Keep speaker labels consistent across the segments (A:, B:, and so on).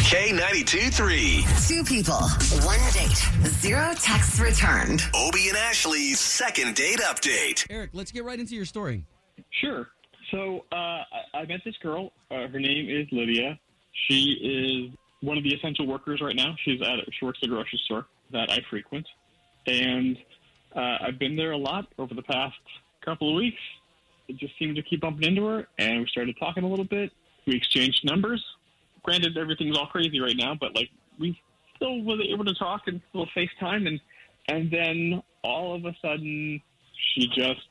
A: K92 3.
B: Two people, one date, zero texts returned.
A: Obie and Ashley's second date update.
C: Eric, let's get right into your story.
D: Sure. So uh, I, I met this girl. Uh, her name is Lydia. She is one of the essential workers right now. She's at she works at a grocery store that I frequent, and uh, I've been there a lot over the past couple of weeks. It just seemed to keep bumping into her, and we started talking a little bit. We exchanged numbers. Granted, everything's all crazy right now, but like we still was able to talk and still FaceTime, and and then all of a sudden she just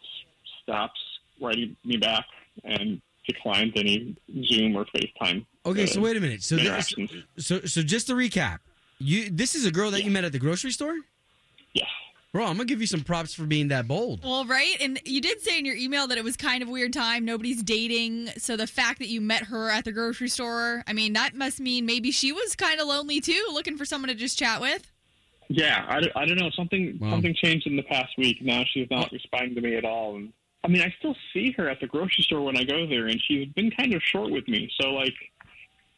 D: stops writing me back and declines any Zoom or FaceTime.
C: Okay,
D: uh,
C: so wait a minute. So, this,
D: interactions.
C: so, so just to recap, you this is a girl that you met at the grocery store.
D: Yeah.
C: Bro, I'm gonna give you some props for being that bold.
E: Well, right. And you did say in your email that it was kind of weird time. Nobody's dating. So the fact that you met her at the grocery store, I mean, that must mean maybe she was kind of lonely too, looking for someone to just chat with.
D: Yeah, I, don't- I don't know. Something
C: Wow.
D: something changed in the past week. Now she's not responding to me at all. And I mean, I still see her at the grocery store when I go there, and she's been kind of short with me. So like,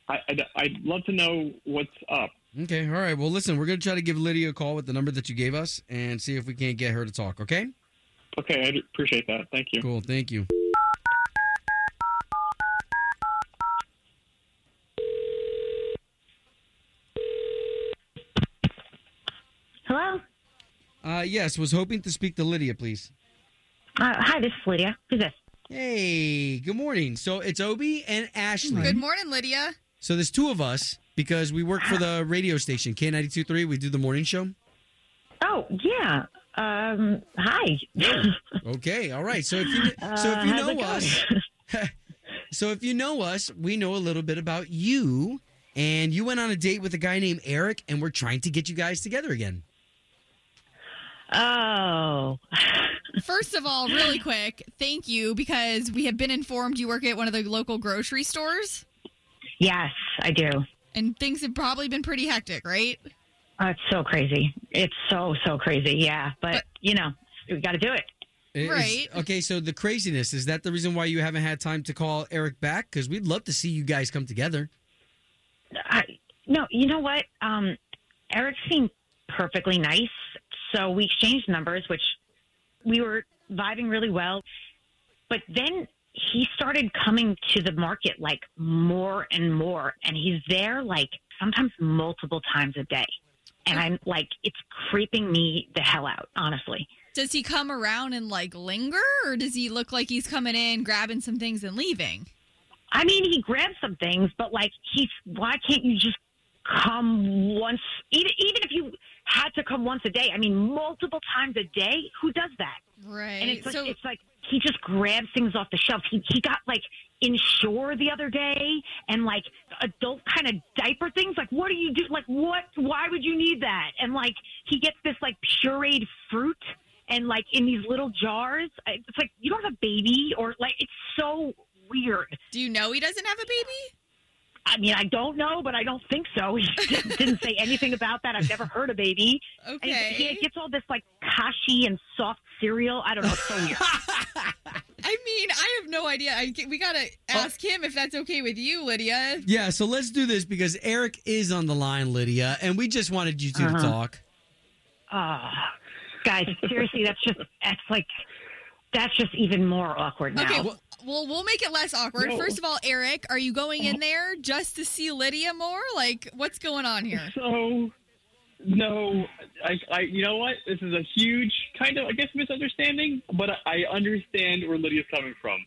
D: I I'd, I'd love to know what's up.
C: Okay, all right. Well, listen, we're gonna try to give Lydia a call with the number that you gave us and see if we can't get her to talk. Okay.
D: Okay, I appreciate that. Thank you.
C: Cool. Thank you.
F: Hello.
C: Uh, yes, was hoping to speak to Lydia, please.
F: Uh, hi, this is Lydia. Who's this?
C: Hey, good morning. So it's Obi and Ashley.
E: Good morning, Lydia.
C: So there's two of us because we work for the radio station K92.3. We do the morning show.
F: Oh, yeah. Um, hi.
C: Okay, all right. So if you so if
F: Uh,
C: you
F: how's it
C: know us,
F: going?
C: so if you know us, we know a little bit about you. And you went on a date with a guy named Eric, and we're trying to get you guys together again.
F: Oh.
E: First of all, really quick, thank you because we have been informed you work at one of the local grocery stores
F: Yes, I do.
E: and things have probably been pretty hectic, right?
F: Oh, it's so crazy. It's so, so crazy. Yeah. But,
E: But-
F: you know, we got to do it.
C: Is-
E: Right.
C: okay, so the craziness is that the reason why you haven't had time to call Eric back? Because we'd love to see you guys come together.
F: I, no, you know what? Um, Eric seemed perfectly nice. So we exchanged numbers, which we were vibing really well. But then he started coming to the market like more and more. And he's there like sometimes multiple times a day. And I'm like, it's creeping me the hell out, honestly.
E: Does he come around and like linger or does he look like he's coming in, grabbing some things and leaving?
F: I mean, he grabbed some things, but like, he's why can't you just come once? Even even if you had to come once a day, I mean, multiple times a day. Who does that?
E: Right.
F: And it's like,
E: so
F: it's like he just grabs things off the shelf. He he got like insure the other day and like adult kind of diaper things. Like, what do you do? Like, what? Why would you need that? And like, he gets this like pureed fruit. And like in these little jars, I- it's like you don't have a baby, or like it's so weird.
E: do you know he doesn't have a baby?
F: I mean, I don't know, but I don't think so. He didn't- didn't say anything about that. I've never heard a baby. And he-
E: Okay.
F: he gets all this like kashi and soft cereal. I don't know. It's so weird.
E: I mean, I have no idea. I, we got to
D: Oh.
E: ask him if that's okay with you, Lydia.
C: Yeah, so let's do this because Eric is on the line, Lydia, and we just wanted you two to
F: Uh-huh.
C: talk.
F: Oh, guys, seriously, that's just that's like that's just even more awkward now.
E: Okay. w- Well, we'll make it less awkward.
D: No. Oh.
E: First of all, Eric, are you going in there just to see Lydia more? Like, what's going on here?
D: So, no, I, I, you know what? This is a huge kind of, I guess, misunderstanding, but I understand where Lydia's coming from.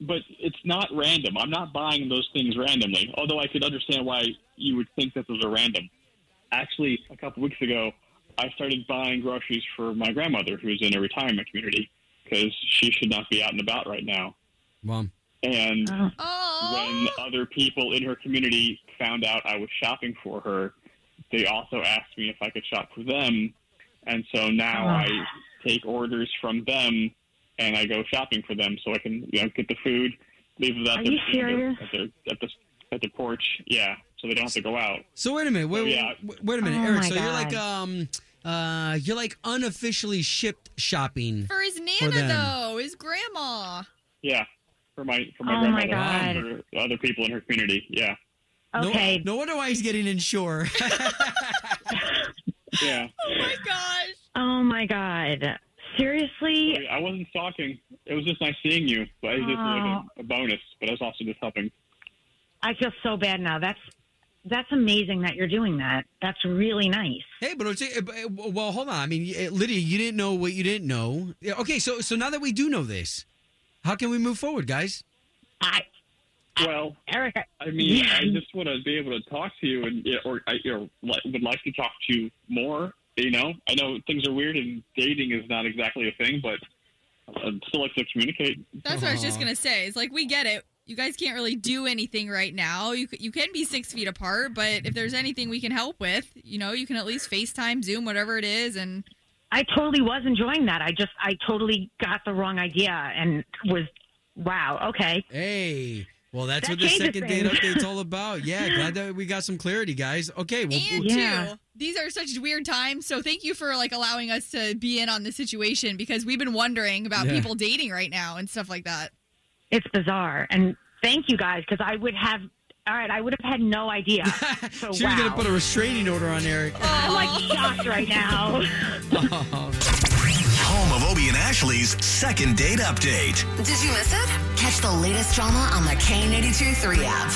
D: But it's not random. I'm not buying those things randomly, although I could understand why you would think that those are random. Actually, a couple weeks ago, I started buying groceries for my grandmother, who's in a retirement community, because she should not be out and about right now.
C: Mom.
D: And
F: Oh,
E: Oh,
D: when other people in her community found out I was shopping for her, they also asked me if I could shop for them. And so now
F: Oh.
D: I take orders from them and I go shopping for them so I can you know, get the food, leave it out
F: Are
D: there
F: you serious?
D: at their at the at the porch. Yeah, so they don't have to go out.
C: So wait a minute. Wait,
D: Yeah.
C: wait, wait a minute,
F: Oh
C: Eric.
F: my
C: So you're like
F: God.
C: um uh you're like unofficially shipped shopping.
E: for his
C: For
E: nana
C: them.
E: though, his grandma.
D: Yeah, for my for my
F: Oh my
D: grandmother and for other people in her community. Yeah.
F: Okay.
C: No, no wonder why he's getting insured.
D: Yeah.
E: Oh my gosh.
F: Oh my God. Seriously?
D: I wasn't stalking. It was just nice seeing you. But it was just
F: Oh.
D: like a, a bonus. But I was also just helping.
F: I feel so bad now. That's that's amazing that you're doing that. That's really nice.
C: hey, but it's, eh, but, eh, well, hold on. I mean, eh, Lydia, you didn't know what you didn't know. Yeah, Okay, so so now that we do know this, how can we move forward, guys?
F: I
D: Well,
F: Eric, I-
D: I mean,
F: Yeah.
D: I just want to be able to talk to you, and yeah, or I you know, li- would like to talk to you more. You know, I know things are weird, and dating is not exactly a thing, but uh, I'd still like to communicate.
E: That's what I was just
C: Aw.
E: gonna say. It's like we get it. You guys can't really do anything right now. You c- you can be six feet apart, but if there's anything we can help with, you know, you can at least FaceTime, Zoom, whatever it is, and
F: I totally was enjoying that. I just I totally got the wrong idea and was wow, okay.
C: Hey. Well, that's
F: That
C: what the
F: changes
C: second date
F: things.
C: update's all about. Yeah, glad that we got some clarity, guys. Okay, well,
E: and
F: Yeah.
E: too. These are such weird times, so thank you for like allowing us to be in on this situation because we've been wondering about
C: Yeah.
E: people dating right now and stuff like that.
F: It's bizarre. And thank you guys because I would have all right, I would have had no idea. So
C: she was
F: wow.
C: gonna put a restraining order on Eric.
F: Oh, I'm like shocked right now.
C: Oh.
A: Home of Obie and Ashley's second date update.
B: Did you miss it? Catch the latest drama on the K82 3 app.